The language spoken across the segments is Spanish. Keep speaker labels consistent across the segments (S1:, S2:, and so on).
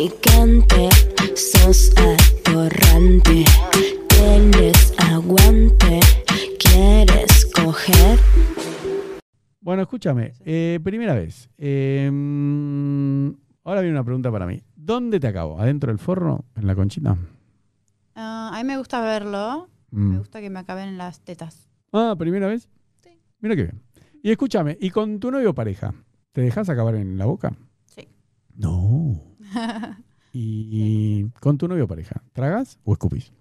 S1: atorrante, sos atorrante. Tienes aguante, quieres coger.
S2: Bueno, escúchame. eh, primera vez. Eh, mm, ahora viene una pregunta para mí. ¿Dónde te acabo? ¿Adentro del forno? ¿En la conchita?
S3: Ah, a mí me gusta verlo.
S2: Mm.
S3: Me gusta que me acaben en las tetas.
S2: Ah, ¿primera vez?
S3: Sí.
S2: Mira qué bien. Y escúchame, ¿y con tu novio o pareja? ¿Te dejas acabar en la boca?
S3: Sí.
S2: No. ¿Y con tu novio o pareja? ¿Tragas o escupís?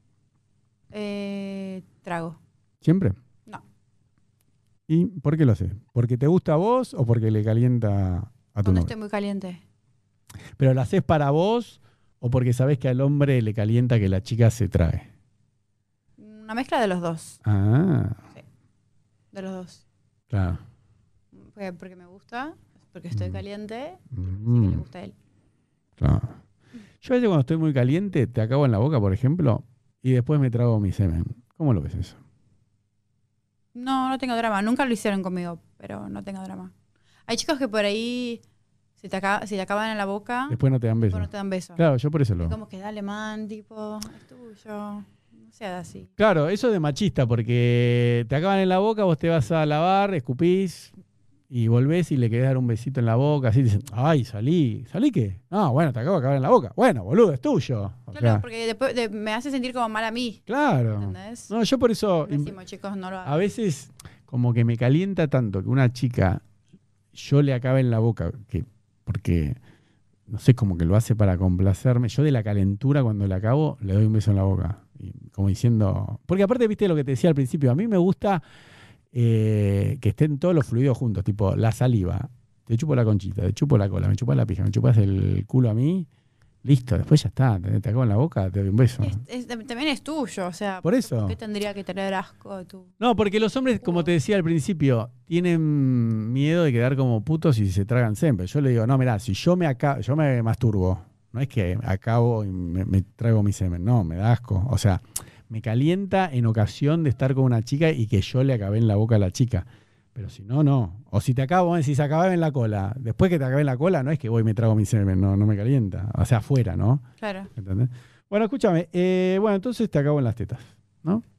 S3: Eh, trago.
S2: ¿Siempre?
S3: No.
S2: ¿Y por qué lo haces? ¿Porque te gusta a vos o porque le calienta a tu
S3: Cuando
S2: novio?
S3: estoy muy caliente.
S2: ¿Pero lo haces para vos o porque sabés que al hombre le calienta que la chica se trae?
S3: Una mezcla de los dos.
S2: Ah,
S3: De los dos.
S2: claro.
S3: Porque, porque me gusta, porque estoy
S2: Mm.
S3: caliente, así que
S2: Mm,
S3: le gusta a él.
S2: claro. Yo a veces cuando estoy muy caliente te acabo en la boca, por ejemplo, y después me trago mi semen. ¿Cómo lo ves eso?
S3: No, no tengo drama. Nunca lo hicieron conmigo, pero no tengo drama. Hay chicos que por ahí se te, aca- se te acaban en la boca,
S2: Después no te dan besos.
S3: después no Ah, te dan besos.
S2: Claro, yo por eso lo...
S3: Y como que dale man, tipo, es tuyo. No seas así.
S2: Claro, eso es de machista, porque te acaban en la boca, vos te vas a lavar, escupís y volvés y le querés dar un besito en la boca. Así te dicen, ay, salí. ¿Salí qué? No, bueno, te acabo de acabar en la boca. Bueno, boludo, es tuyo. O
S3: Claro,
S2: sea,
S3: porque después de- me hace sentir como mal a mí,
S2: claro.
S3: ¿entendés?
S2: No, yo por eso...
S3: Decimos, chicos, no lo
S2: A
S3: hagan.
S2: veces, como que me calienta tanto que una chica yo le acabe en la boca, que, porque no sé, como que lo hace para complacerme. Yo de la calentura, cuando la acabo, le doy un beso en la boca. Y como diciendo. Porque aparte, viste lo que te decía al principio, a mí me gusta eh, que estén todos los fluidos juntos, tipo la saliva. Te chupo la conchita, te chupo la cola, me chupas la pija, me chupas el culo a mí. Listo, después ya está. Te, te acabo en la boca, te doy un beso.
S3: Es- es- también es tuyo, o sea.
S2: Por eso.
S3: ¿Por qué tendría que tener asco de tu
S2: No, porque los hombres, como te decía al principio, tienen miedo de quedar como putos y se tragan siempre. Yo le digo, no, mirá, si yo me aca- yo me masturbo, no es que acabo y me, me traigo mi semen, no, me da asco. O sea, me calienta en ocasión de estar con una chica y que yo le acabé en la boca a la chica. Pero si no, no. O si te acabo, eh, si se acababa en la cola, después que te acabé en la cola, no es que voy y me trago mi semen, no, no me calienta. O sea, afuera, ¿no?
S3: Claro.
S2: ¿Entendés? Bueno, escúchame. eh, bueno, entonces te acabo en las tetas, ¿no?